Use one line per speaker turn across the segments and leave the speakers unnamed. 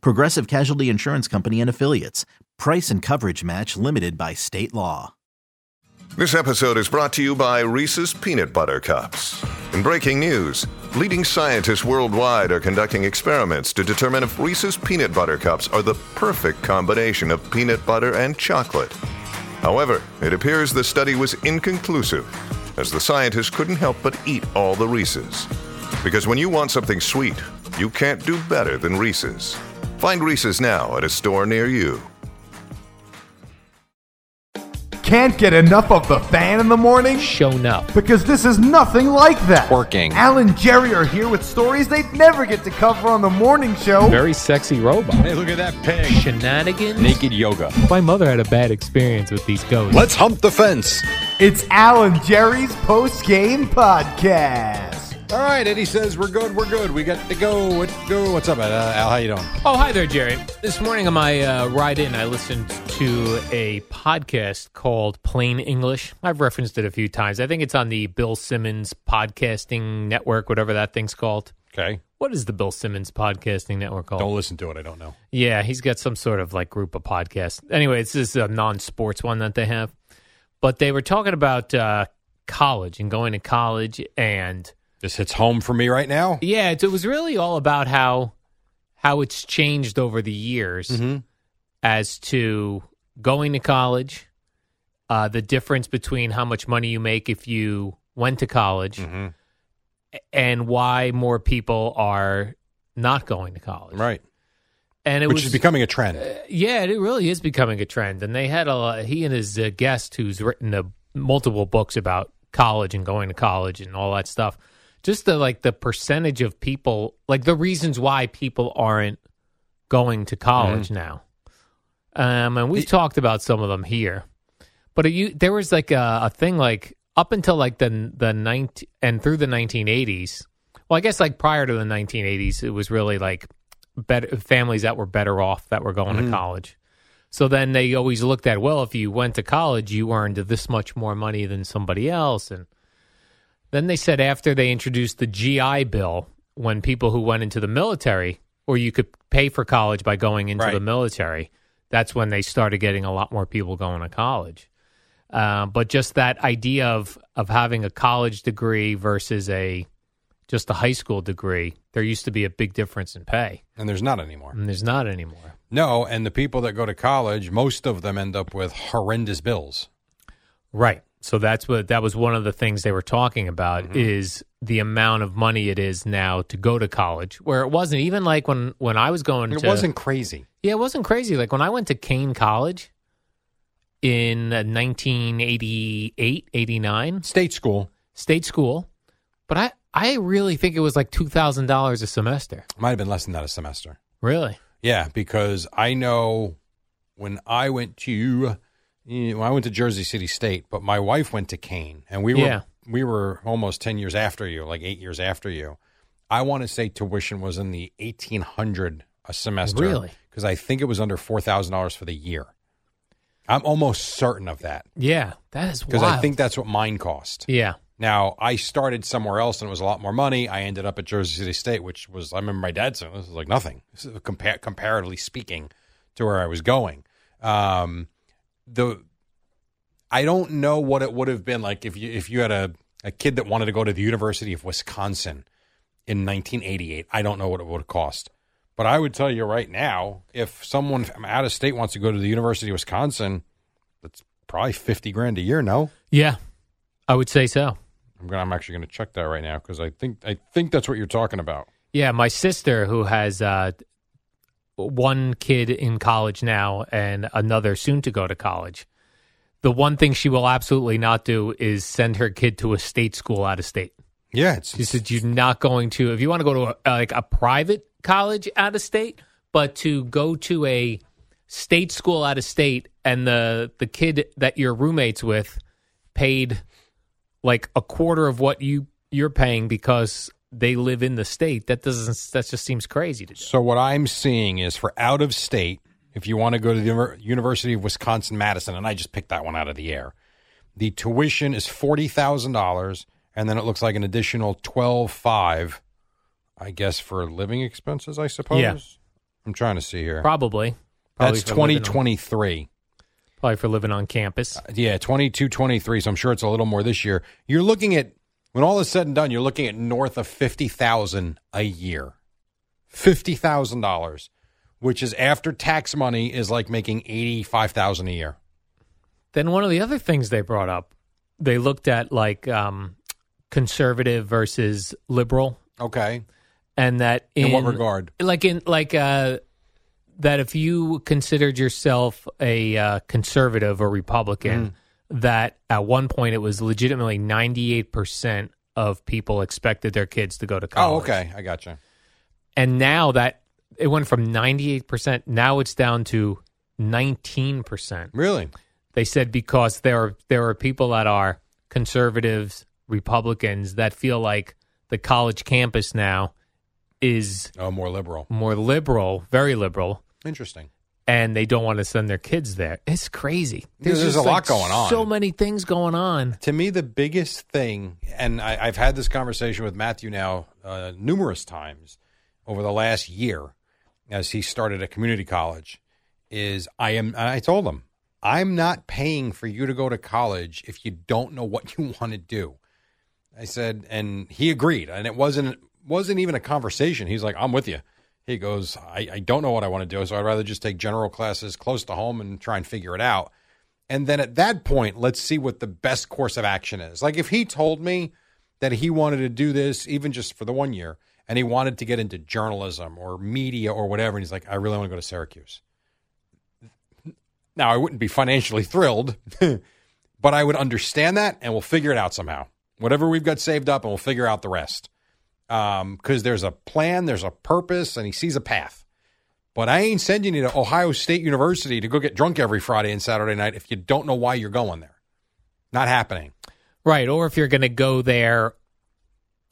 Progressive Casualty Insurance Company and Affiliates. Price and coverage match limited by state law.
This episode is brought to you by Reese's Peanut Butter Cups. In breaking news, leading scientists worldwide are conducting experiments to determine if Reese's Peanut Butter Cups are the perfect combination of peanut butter and chocolate. However, it appears the study was inconclusive, as the scientists couldn't help but eat all the Reese's. Because when you want something sweet, you can't do better than Reese's. Find Reese's now at a store near you.
Can't get enough of the fan in the morning?
shown up.
Because this is nothing like that.
Twerking.
Al and Jerry are here with stories they'd never get to cover on the morning show.
Very sexy robot.
Hey, look at that pig.
Shenanigans.
Naked yoga.
My mother had a bad experience with these ghosts.
Let's hump the fence.
It's Al and Jerry's post game podcast.
All right, Eddie says we're good, we're good. We got to go. What go? What's up, uh, Al? How you doing?
Oh, hi there, Jerry. This morning on my uh, ride in, I listened to a podcast called Plain English. I've referenced it a few times. I think it's on the Bill Simmons Podcasting Network, whatever that thing's called.
Okay.
What is the Bill Simmons Podcasting Network called?
Don't listen to it. I don't know.
Yeah, he's got some sort of like group of podcasts. Anyway, it's this uh, non-sports one that they have, but they were talking about uh, college and going to college, and
This hits home for me right now.
yeah, it, it was really all about how how it's changed over the years
Mm-hmm.
as to going to college, uh, the difference between how much money you make if you went to college,
Mm-hmm.
a- and why more people are not going to college.
Right.
and it
Which
was
is becoming a trend.
yeah, it really is becoming a trend. And they had a lot, he and his uh, guest, who's written uh multiple books about college and going to college and all that stuff. Just the like the percentage of people, like the reasons why people aren't going to college now. Um, and we've talked about some of them here, but you, there was like a, a thing like up until like the the 19, and through the 1980s. Well, I guess like prior to the 1980s, it was really like better families that were better off that were going to college. So then they always looked at well, if you went to college, you earned this much more money than somebody else, and then they said after they introduced the GI Bill, when people who went into the military, or you could pay for college by going into
Right.
the military, that's when they started getting a lot more people going to college. Um, but just that idea of of having a college degree versus a just a high school degree, there used to be a big difference in pay,
And there's not anymore.
and there's not anymore.
No, and the people that go to college, most of them end up with horrendous bills.
Right. So that's what that was one of the things they were talking about
Mm-hmm.
is the amount of money it is now to go to college, where it wasn't even like when when I was going.
It
to,
wasn't crazy.
Yeah, it wasn't crazy. Like when I went to Kane College in uh, 1988, 89,
State school.
state school, but I I really think it was like two thousand dollars a semester.
Might have been less than that a semester.
Really?
Yeah, because I know when I went to you know, I went to Jersey City State, but my wife went to Kane, and we were
Yeah.
we were almost ten years after you, like eight years after you. I want to say tuition was in the eighteen hundred a semester,
Really?
because I think it was under four thousand dollars for the year. I'm almost certain of that
Yeah, that is
because
wild.
I think that's what mine cost.
yeah,
Now I started somewhere else and it was a lot more money. I ended up at Jersey City State, which was I remember my dad saying this is like nothing, this is compar- comparatively speaking, to where I was going. Um, the I don't know what it would have been like if you if you had a, a kid that wanted to go to the University of Wisconsin in 1988. I don't know what it would have cost, but I would tell you right now, if someone from out of state wants to go to the University of Wisconsin, that's probably 50 grand a year. No.
yeah, I would say so.
I'm gonna, I'm actually going to check that right now because I think I think that's what you're talking about.
Yeah, my sister who has uh, one kid in college now and another soon to go to college. The one thing she will absolutely not do is send her kid to a state school out of state.
Yeah, it's,
She said you're not going to if you want to go to a, like a private college out of state, but to go to a state school out of state, and the the kid that you're roommates with paid like a quarter of what you you're paying because they live in the state. That doesn't that just seems crazy to do.
So what I'm seeing is for out of state, if you want to go to the Univer- University of Wisconsin Madison, and I just picked that one out of the air, the tuition is forty thousand dollars, and then it looks like an additional twelve five, I guess, for living expenses. I suppose.
Yeah.
I'm trying to see here.
Probably. Probably
That's
for living on-
2023.
Probably for living on campus.
Yeah, 22, 23. So I'm sure it's a little more this year. You're looking at, when all is said and done, you're looking at north of 50000 a year. $50,000, which is after tax money, is like making 85000 a year.
Then one of the other things they brought up, they looked at like um, conservative versus liberal,
Okay.
and that in,
In what regard?
Like in like uh, that if you considered yourself a uh, conservative or Republican,
Mm.
that at one point it was legitimately ninety eight percent of people expected their kids to go to
Oh,
college.
okay. I gotcha.
and now that it went from ninety eight percent, now it's down to nineteen percent.
Really?
They said because there are there are people that are conservatives, Republicans that feel like the college campus now is
Oh, more liberal.
more liberal, very liberal,
Interesting.
and they don't want to send their kids there. It's crazy.
Yeah, there's
just,
a lot
like,
going on.
So many things going on.
To me, the biggest thing, and I, I've had this conversation with Matthew now uh, numerous times over the last year as he started a community college, is I am, and I told him, I'm not paying for you to go to college if you don't know what you want to do. I said, and he agreed, and it wasn't wasn't even a conversation. He's like, I'm with you. He goes, I, I don't know what I want to do, so I'd rather just take general classes close to home and try and figure it out. And then at that point, let's see what the best course of action is. Like if he told me that he wanted to do this, even just for the one year, and he wanted to get into journalism or media or whatever, and he's like, I really want to go to Syracuse. Now, I wouldn't be financially thrilled, but I would understand that and we'll figure it out somehow. Whatever we've got saved up, and we'll figure out the rest. Because there's a plan, there's a purpose, and he sees a path. But I ain't sending you to Ohio State University to go get drunk every Friday and Saturday night if you don't know why you're going there. Not happening.
Right. Or if you're going to go there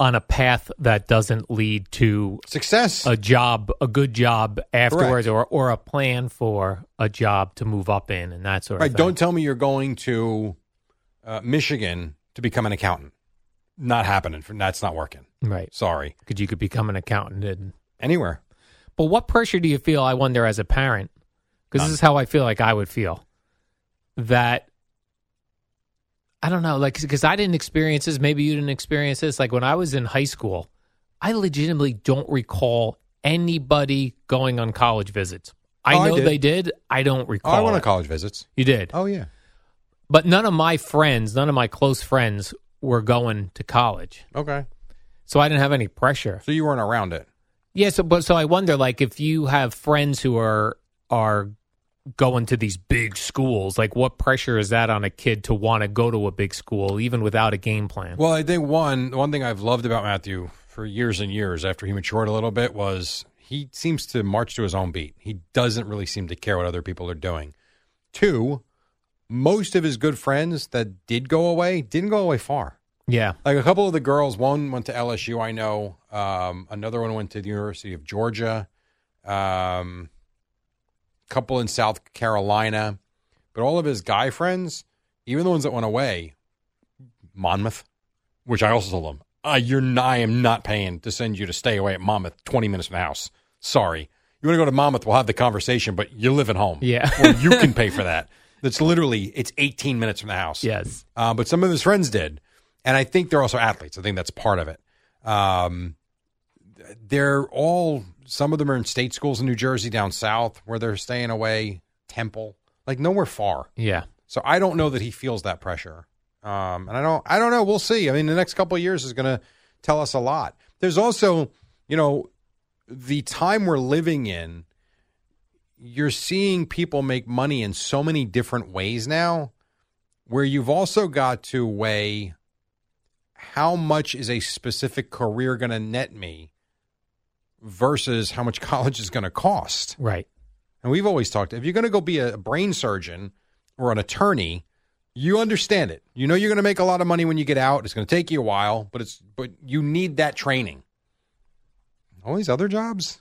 on a path that doesn't lead to
Success.
a job, a good job afterwards,
Correct.
or, or a plan for a job to move up in and that sort
right.
of thing.
Don't tell me you're going to uh, Michigan to become an accountant. Not happening. For, that's not working.
Right.
Sorry.
Because you could become an accountant. And,
Anywhere.
but what pressure do you feel, I wonder, as a parent? Because this is how I feel like I would feel that. I don't know, like, because I didn't experience this. Maybe you didn't experience this. Like, when I was in high school, I legitimately don't recall anybody going on college visits. I
Oh, I
know
did.
they did. I don't
Oh,
recall.
I went
it.
on college visits.
You did.
Oh yeah.
but none of my friends, none of my close friends were going to college.
Okay.
So I didn't have any pressure.
So you weren't around it.
Yeah, so but so I wonder like if you have friends who are are going to these big schools, like what pressure is that on a kid to want to go to a big school even without a game plan?
Well, I think one one thing I've loved about Matthew for years and years after he matured a little bit was he seems to march to his own beat. He doesn't really seem to care what other people are doing. Two, most of his good friends that did go away didn't go away far.
yeah.
Like a couple of the girls, one went to LSU, I know. Um, another one went to the University of Georgia. Um, couple in South Carolina, but all of his guy friends, even the ones that went away, Monmouth, which I also told him, uh, you're not, I am not paying to send you to stay away at Monmouth 20 minutes from the house. Sorry. You want to go to Monmouth? We'll have the conversation, but you're living home.
Yeah.
Or you can pay for that. That's literally it's 18 minutes from the house
Yes.
uh, but some of his friends did, and I think they're also athletes. I think that's part of it. Um, they're all some of them are in state schools in New Jersey, down south, where they're staying away. Temple, like nowhere far.
Yeah.
So I don't know that he feels that pressure. Um, and I don't, I don't know. We'll see. I mean, the next couple of years is going to tell us a lot. There's also, you know, the time we're living in. You're seeing people make money in so many different ways now, where you've also got to weigh how much is a specific career going to net me versus how much college is going to cost.
Right.
and we've always talked. If you're going to go be a brain surgeon or an attorney, you understand it. You know you're going to make a lot of money when you get out. It's going to take you a while, but it's but you need that training. All these other jobs,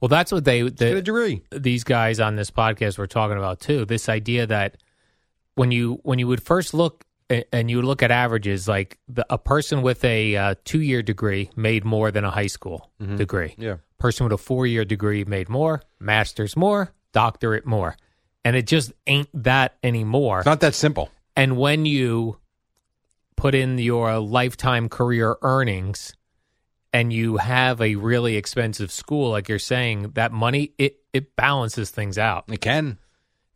Well, that's what they
get a
the,
degree.
these guys on this podcast were talking about too. This idea that when you when you would first look a- and you would look at averages, like the, a person with a uh, two year degree made more than a high school degree.
Yeah.
Person with a four year degree made more, master's more, doctorate more, and it just ain't that anymore.
It's not that simple.
and when you put in your lifetime career earnings and you have a really expensive school like you're saying that money it it balances things out
It can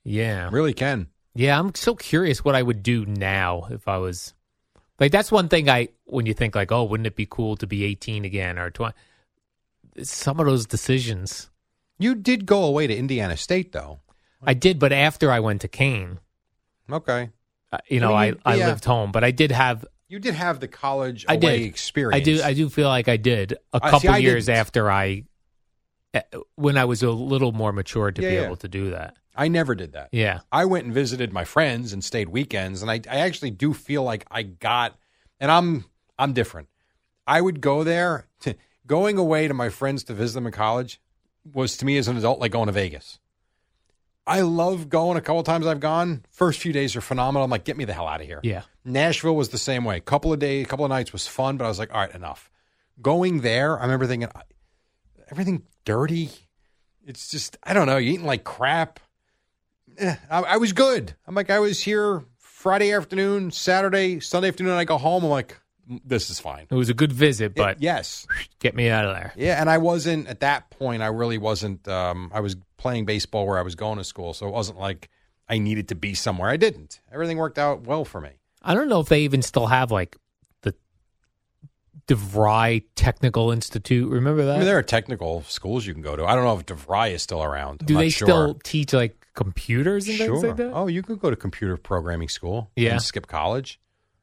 yeah
really can.
yeah i'm so curious what i would do now if i was like that's one thing i when you think like oh wouldn't it be cool to be 18 again or 20 some of those decisions
You did go away to Indiana State though.
i did but after i went to kane
Okay,
uh, you know
Well,
i
you-
i
yeah.
lived home but i did have
you did have the college
I
away
did
experience.
I do. I do feel like I did a
I- see,
couple
I
years
didn't.
after I, eh, when I was a little more mature to
Yeah,
be
yeah.
able to do that.
I never did that.
Yeah,
I went and visited my friends and stayed weekends, and I, I actually do feel like I got, and I'm I'm different. I would go there, going away to my friends to visit them in college was to me as an adult like going to Vegas. I love going. A couple times I've gone. First few days are phenomenal. I'm like, get me the hell out of here.
yeah.
Nashville was the same way. A couple of days, a couple of nights was fun, but I was like, all right, enough. Going there, I remember thinking, I- everything dirty. It's just, I don't know, you eating like crap. Eh, I, I was good. I'm like, I was here Friday afternoon, Saturday, Sunday afternoon. I go home. I'm like, this is fine.
It was a good visit, but
yes.
get me out of there.
Yeah, and I wasn't at that point. I really wasn't. Um, I was playing baseball where I was going to school, so it wasn't like I needed to be somewhere. I didn't. Everything worked out well for me.
I don't know if they even still have like the DeVry Technical Institute. Remember that?
I mean, there are technical schools you can go to. I don't know if DeVry is still around. I'm
Do
not
they
sure.
still teach like computers and things like
Sure.
that?
Oh, you could go to computer programming school.
Yeah.
And skip college.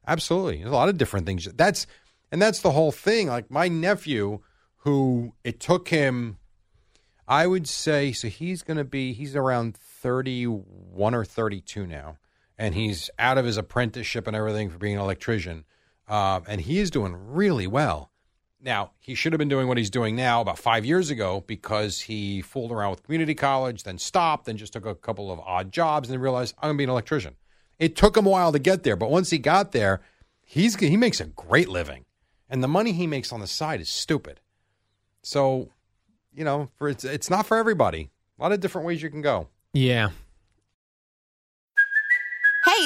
Absolutely. There's a lot of different things. That's and that's the whole thing. Like my nephew, who it took him, I would say, so he's gonna be he's around thirty one or thirty two now. And he's out of his apprenticeship and everything for being an electrician. Uh, and he is doing really well. Now, he should have been doing what he's doing now about five years ago because he fooled around with community college, then stopped, then just took a couple of odd jobs, and then realized I'm going to be an electrician. It took him a while to get there, but once he got there, he's he makes a great living, and the money he makes on the side is stupid. So, you know, for it's it's not for everybody. A lot of different ways you can go.
Yeah.
Hey,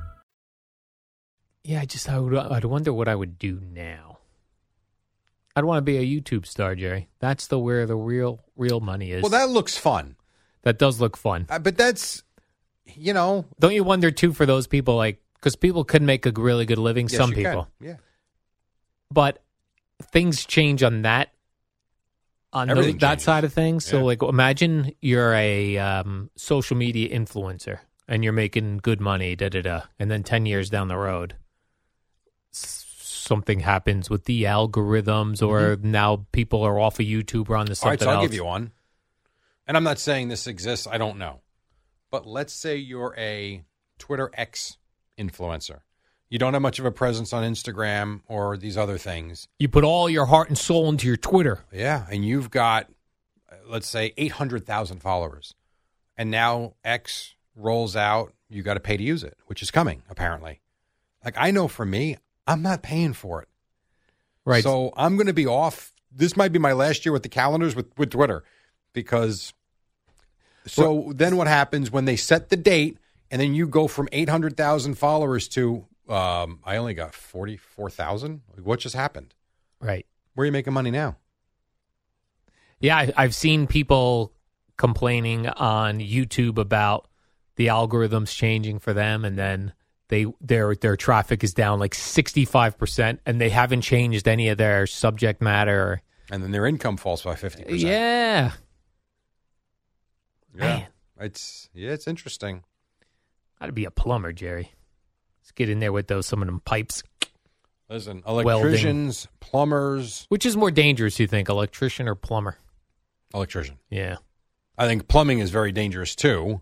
Yeah. I just I would I'd wonder what I would do now. I'd want to be a YouTube star, Jerry. That's the where the real real money is.
Well, that looks fun,
That does look fun.
Uh, but that's you know,
Don't you wonder too for those people like because people could make a really good living,
yes,
some
you can.
people,
yeah,
but things change on that on tho-
Everything
that
changes.
side of things. So
Yeah.
like imagine you're a um, social media influencer and you're making good money, da da da, and then ten years down the road. s- Something happens with the algorithms, or now people are off of YouTube or on the something
Mm-hmm. All right, so I'll
else.
give you one. And I'm not saying this exists. I don't know. But let's say you're a Twitter X influencer. You don't have much of a presence on Instagram or these other things.
you put all your heart and soul into your Twitter.
Yeah. And you've got, uh, let's say, 800,000 followers. And now X rolls out. You got to pay to use it, which is coming, apparently. Like, I know for me, I'm not paying for it.
Right.
So I'm going to be off. This might be my last year with the calendars with, with Twitter because. So then what happens when they set the date and then you go from 800,000 followers to, um, I only got 44,000? What just happened?
right.
Where are you making money now?
Yeah, I, I've seen people complaining on YouTube about the algorithms changing for them, and then they their their traffic is down like sixty five percent, and they haven't changed any of their subject matter.
and then their income falls by fifty percent.
Yeah,
yeah, it's yeah, it's interesting.
I'd be a plumber, Jerry. Let's get in there with those some of them pipes.
Listen,
Welding.
electricians, plumbers,
Which is more dangerous, you think, electrician or plumber?
electrician.
Yeah.
I think plumbing is very dangerous too,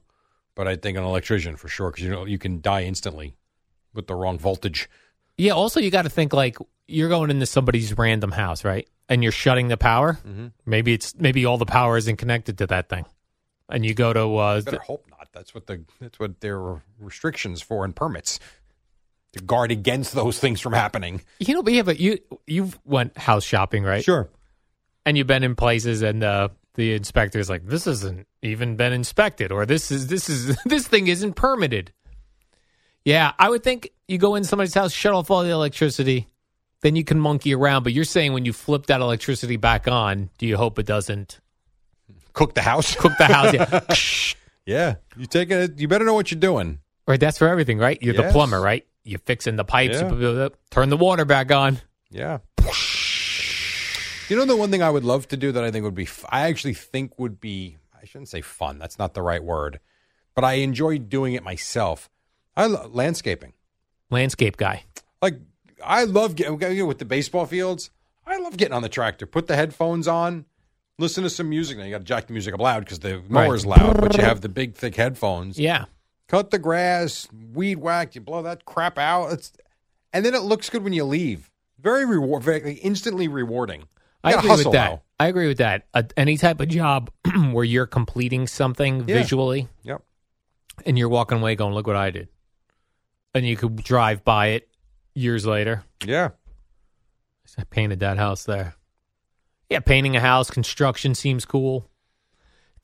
but I think an electrician for sure because you know you can die instantly with the wrong voltage.
Yeah, also you got to think like you're going into somebody's random house, right? And you're shutting the power. Mm-hmm. Maybe it's maybe all the power isn't connected to that thing. And you go to uh
Better hope not. That's what the that's what there are restrictions for and permits to guard against those things from happening.
you know, but yeah, but you you've went house shopping, right?
Sure.
And you've been in places and uh the inspector's like, This isn't even been inspected or this is this is this thing isn't permitted. Yeah, I would think you go in somebody's house, shut off all the electricity, then you can monkey around, but you're saying when you flip that electricity back on, do you hope it doesn't
Cook the house.
cook the house? Yeah.
yeah. You take it. You better know what you're doing.
Right, that's for everything, right? You're the
Yes.
plumber, right? You're fixing the pipes,
Yeah.
you blah, blah, blah, turn the water back on.
Yeah. You know the one thing I would love to do that I think would be f- I actually think would be I shouldn't say fun. That's not the right word. But I enjoy doing it myself. I lo- landscaping.
Landscape guy.
Like I love getting you know, with the baseball fields. I love getting on the tractor, put the headphones on, listen to some music. Now you got to jack the music up loud because the mower's loud, but you have the big thick headphones
Yeah.
cut the grass, weed whack, you blow that crap out. It's, and then it looks good when you leave. Very reward, very like, instantly rewarding. You
I
gotta
agree
hustle,
with that.
though.
I agree with that. Uh, any type of job where you're completing something
Yeah.
visually
Yep.
and you're walking away going, look what I did. And you could drive by it years later.
Yeah.
I painted that house there. Yeah, painting a house, construction seems cool.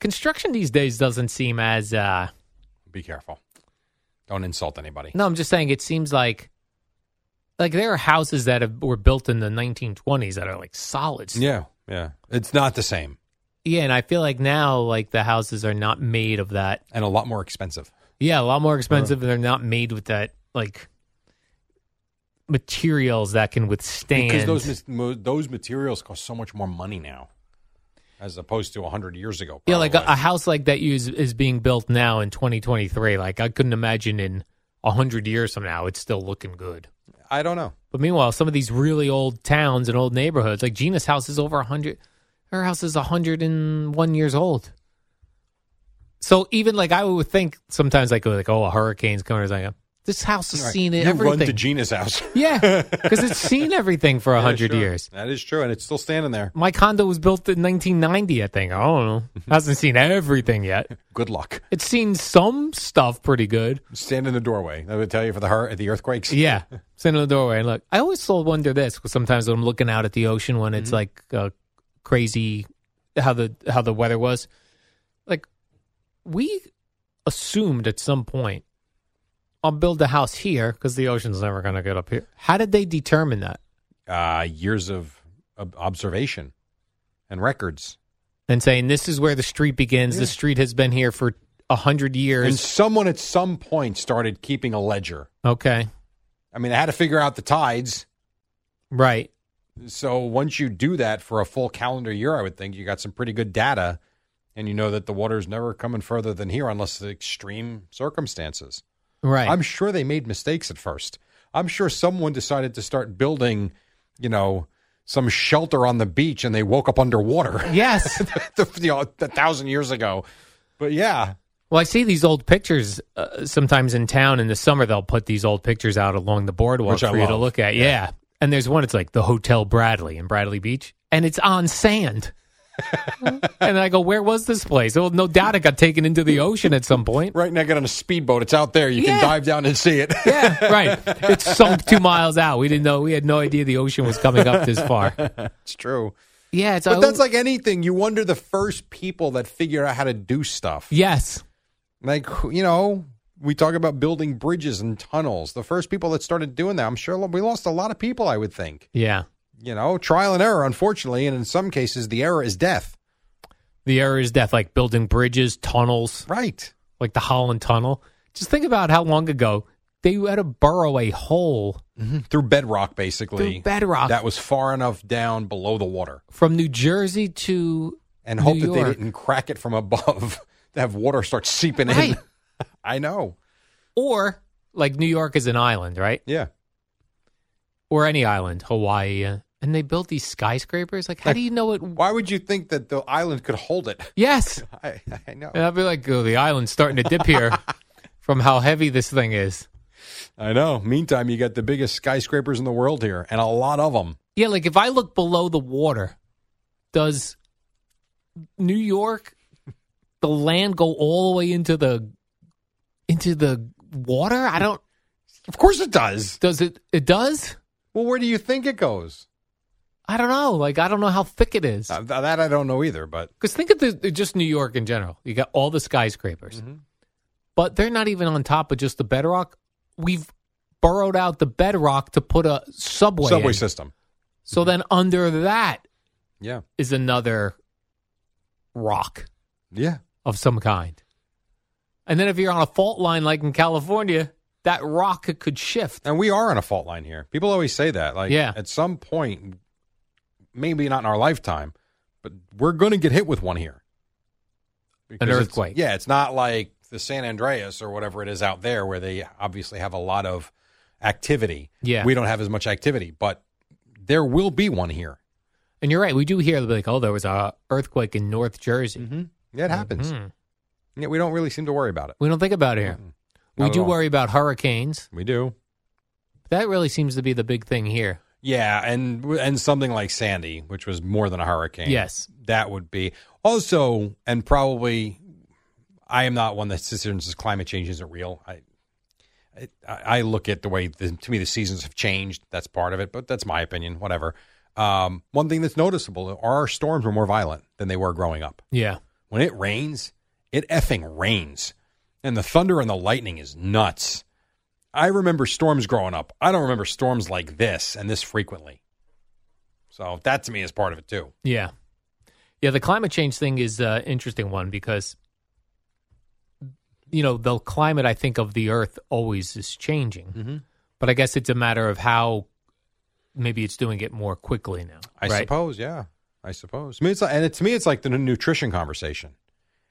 Construction these days doesn't seem as uh,
Be careful. Don't insult anybody.
No, I'm just saying it seems like like there are houses that have, were built in the 1920s that are like solid. Yeah.
Yeah. Yeah. It's not the same
yeah, and I feel like now like the houses are not made of that.
and a lot more expensive.
Yeah, a lot more expensive and they're not made with that like materials that can withstand
Because those mis- mo- those materials cost so much more money now as opposed to 100 years ago.
Yeah, like a,
probably.
a house like that is is being built now in 2023. Like I couldn't imagine in 100 years from now it's still looking good.
I don't know.
But meanwhile, some of these really old towns and old neighborhoods, like Gina's house is over 100. Her house is 101 years old. So even like I would think sometimes like, like oh, a hurricane's coming. It's like, this house has seen it,
you
everything.
run to Gina's house.
yeah, because it's seen everything for
Yeah,
100
sure.
years.
That is true. And it's still standing there.
My condo was built in 1990, I think. I don't know. Hasn't seen everything yet.
Good luck.
It's seen some stuff pretty good.
Stand in the doorway. That would tell you for the, hur- the earthquakes.
Yeah, sit in the doorway and look. I always still wonder this 'cause sometimes when I'm looking out at the ocean when
Mm-hmm.
it's like uh, crazy how the how the weather was. Like we assumed at some point, I'll build a house here because the ocean's never going to get up here. How did they determine that?
uh, years of ob- observation and records.
And saying this is where the street begins. The street has been here for a hundred
And
years.
someone at some point started keeping a ledger.
okay,
I mean, I had to figure out the tides.
right.
So once you do that for a full calendar year, I would think you got some pretty good data, and you know that the water is never coming further than here unless the extreme circumstances.
Right.
I'm sure they made mistakes at first. I'm sure someone decided to start building, you know, some shelter on the beach, and they woke up underwater.
yes.
you know, a thousand years ago. But yeah,
Well, I see these old pictures uh, sometimes in town in the summer. They'll put these old pictures out along the boardwalk
Which
for
I
you to
love.
look at. Yeah. and there's one. It's like the Hotel Bradley in Bradley Beach, and it's on sand. and I go, where was this place? Well, no doubt it got taken into the ocean at some point.
right now get on a speedboat. It's out there. You
Yeah.
can dive down and see it.
Yeah, right. It sunk two miles out. We didn't know. We had no idea the ocean was coming up this far.
it's true.
Yeah, it's.
But that's like anything. You wonder the first people that figure out how to do stuff.
yes,
Like, who- you know, we talk about building bridges and tunnels. The first people that started doing that, I'm sure we lost a lot of people, I would think.
yeah.
You know, trial and error, unfortunately. And in some cases, the error is death.
The error is death, like building bridges, tunnels,
Right.
like the Holland Tunnel. Just think about how long ago they had to burrow a hole
through bedrock, basically.
through bedrock
That was far enough down below the water,
from New Jersey to
and
New
hope that they
York.
didn't crack it from above to have water start seeping
Right.
in. I know.
or like New York is an island, right?
Yeah.
Or any island, Hawaii, uh, and they built these skyscrapers. Like, how do you know it?
Why would you think that the island could hold it?
Yes,
I, I know.
and I'd be like, oh, the island's starting to dip here from how heavy this thing is.
I know. Meantime, you got the biggest skyscrapers in the world here, and a lot of them.
Yeah, like if I look below the water, does New York the land go all the way into the into the water? I don't
Of course, it does.
does it it does?
Well, where do you think it goes?
I don't know. Like I don't know how thick it is.
Uh, th- that I don't know either, but
Cuz think of the just New York in general. You got all the skyscrapers.
Mm-hmm.
But they're not even on top of just the bedrock. We've burrowed out the bedrock to put a subway
subway
in.
system.
So then under that
Yeah.
is another rock.
Yeah.
of some kind. And then if you're on a fault line like in California, that rock could shift.
And we are on a fault line here. People always say that. Like,
Yeah.
at some point, maybe not in our lifetime, but we're going to get hit with one here. Because it's-
earthquake.
yeah. It's not like the San Andreas or whatever it is out there where they obviously have a lot of activity.
Yeah.
We don't have as much activity, but there will be one here.
And you're right, we do hear like, oh, there was a earthquake in North Jersey.
Yeah, it happens.
Mhm.
Yeah, we don't really seem to worry about it.
We don't think about it here.
Mm-hmm. Not
We
at
do
all.
worry about hurricanes.
We do.
That really seems to be the big thing here.
Yeah, and and something like Sandy, which was more than a hurricane.
Yes.
that would be also, and probably, I am not one that sits here and says climate change isn't real. I, I, I look at the way the, to me the seasons have changed. That's part of it, but that's my opinion. Whatever. Um, one thing that's noticeable: our storms were more violent than they were growing up.
Yeah.
When it rains, it effing rains. And the thunder and the lightning is nuts. I remember storms growing up. I don't remember storms like this and this frequently. So that to me is part of it too.
Yeah. Yeah, the climate change thing is an interesting one because, you know, the climate, I think, of the earth always is changing.
Mm-hmm.
But I guess it's a matter of how maybe it's doing it more quickly now.
I
right?
suppose, yeah. I suppose. I mean, it's like, and it, to me, it's like the nu- nutrition conversation.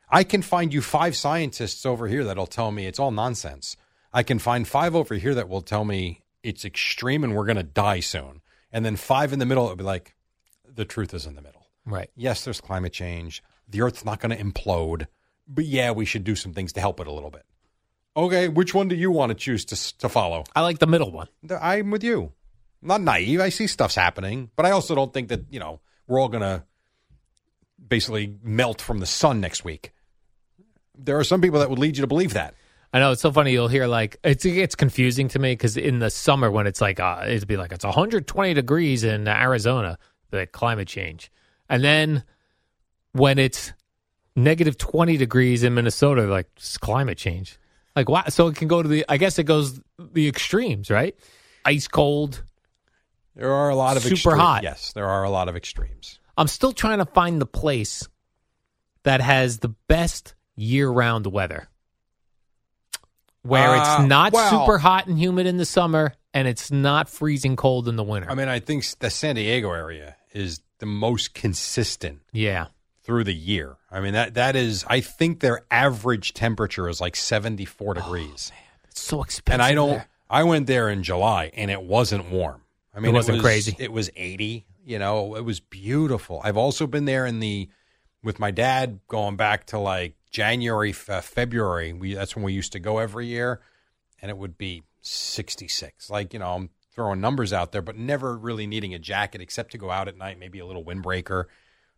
I can find you five scientists over here that'll tell me it's all nonsense. I can find five over here that will tell me it's extreme and we're going to die soon. And then five in the middle, it'll be like, the truth is in the middle.
Right.
yes, there's climate change. The Earth's not going to implode, but yeah, we should do some things to help it a little bit. Okay, which one do you want to choose to s- to follow?
I like the middle one.
Th- I'm with you. I'm not naive. I see stuff's happening, but I also don't think that you know we're all going to basically melt from the sun next week. There are some people that would lead you to believe that.
I know it's so funny. You'll hear like it's it's confusing to me because in the summer when it's like uh, it'd be like it's 120 degrees in Arizona, the climate change, and then when it's negative 20 degrees in Minnesota, they're like it's climate change. Like wow, so it can go to the. I guess it goes the extremes, right? Ice cold.
There are a lot of
Super
extreme-
hot.
Yes, there are a lot of extremes.
I'm still trying to find the place that has the best year round weather. Where
Uh,
it's not
well-
super hot and humid in the summer and it's not freezing cold in the winter.
I mean, I think s- the San Diego area is the most consistent
yeah.
through the year. I mean that that is I think their average temperature is like 74 degrees.
It's so expensive.
and I don't
there.
I went there in July and it wasn't warm. I mean
wasn't
was,
crazy.
It was 80, you know, it was beautiful. I've also been there in the with my dad going back to like January fe- February. We that's when we used to go every year and it would be 66. Like, you know, I'm throwing numbers out there but never really needing a jacket except to go out at night, maybe a little windbreaker.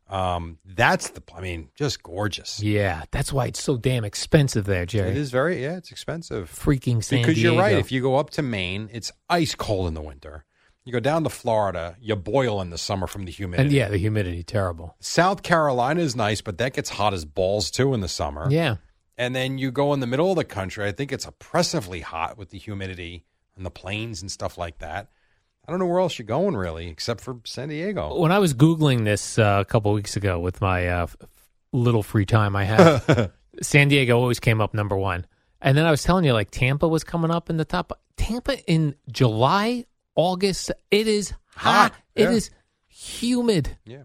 Um, that's the I mean, just gorgeous.
Yeah. That's why it's so damn expensive there, Jerry.
It is very yeah, it's expensive
freaking San
because you're right.
Diego.
If you go up to Maine, it's ice cold in the winter. You go down to Florida, you boil in the summer from the humidity.
and yeah, the humidity terrible.
South Carolina is nice, but that gets hot as balls too in the summer.
Yeah.
And then you go in the middle of the country. I think it's oppressively hot with the humidity and the plains and stuff like that. I don't know where else you're going really, except for San Diego.
When I was Googling this uh, a couple weeks ago with my uh, f- little free time I had, San Diego always came up number one. And then I was telling you, like Tampa was coming up in the top. Tampa in July, August, it is hot.
Hot, yeah.
It is humid.
Yeah.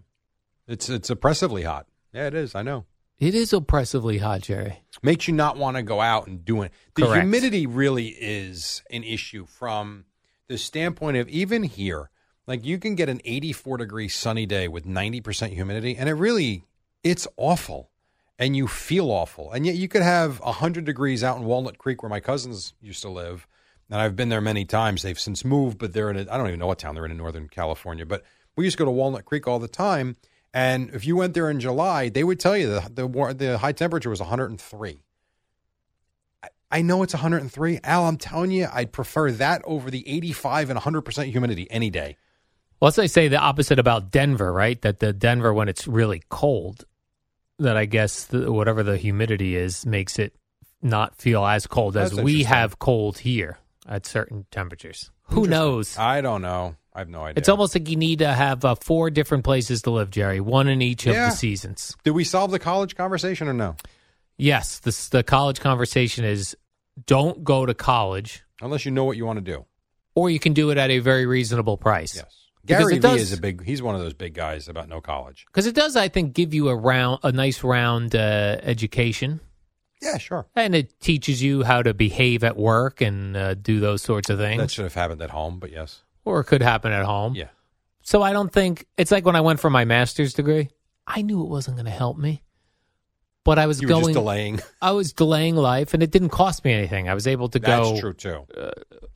It's it's oppressively hot. Yeah, it is. I know.
It is oppressively hot, Jerry.
Makes you not want to go out and do it. The
Correct.
humidity really is an issue from the standpoint of even here. Like you can get an 84 degree sunny day with 90% humidity and it really it's awful and you feel awful. And yet you could have 100 degrees out in Walnut Creek where my cousins used to live. And I've been there many times. They've since moved, but they're in a, I don't even know what town they're in in Northern California, but we used to go to Walnut Creek all the time. And if you went there in July, they would tell you the the, war- the high temperature was 103. I- I know it's 103. Al, I'm telling you, I'd prefer that over the 85 and 100% humidity any day.
Well, let's say- say the opposite about Denver, right? That the Denver, when it's really cold, that I guess the, whatever the humidity is makes it not feel as cold as
That's
we
interesting.
have cold here at certain temperatures. Who knows?
I don't know. I have no idea.
It's almost like you need to have uh, four different places to live, Jerry. One in each of
Yeah.
the seasons.
Did we solve the college conversation or no?
Yes, this, the college conversation is don't go to college,
Unless you know what you want to do.
or you can do it at a very reasonable price.
Yes.
Because
Gary
it
Lee
does-
is a big. He's one of those big guys about no college.
Because it does, I think, give you a round, a nice round uh, education.
Yeah, sure.
And it teaches you how to behave at work and uh, do those sorts of things.
That should have happened at home, but yes.
or it could happen at home.
Yeah.
So I don't think it's like when I went for my master's degree, I knew it wasn't going to help me. But I was
You were
going
just delaying.
I was delaying life and it didn't cost me anything. I was able to
That's
go
true too.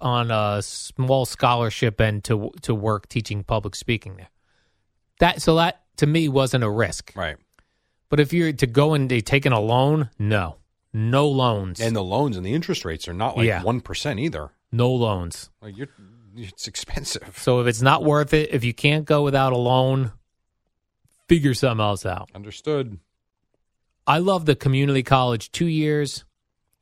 on a small scholarship and to to work teaching public speaking there. That so that to me wasn't a risk.
Right.
But if you're to go and they taking a loan, no. No loans.
And the loans and the interest rates are not like
Yeah.
one percent either.
no loans.
Like you're, it's expensive.
So if it's not worth it, if you can't go without a loan, figure something else out.
Understood.
I love the community college two years,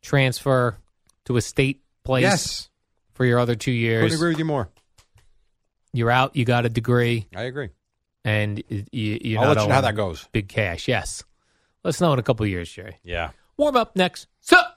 transfer to a state place
Yes,
for your other two
couldn't
years.
agree with you more.
You're out, you got a degree,
I agree.
and you, you
I'll let you know how that goes.
Big cash, yes. Let's know in a couple of years, Jerry.
Yeah.
Warm up next. Sup?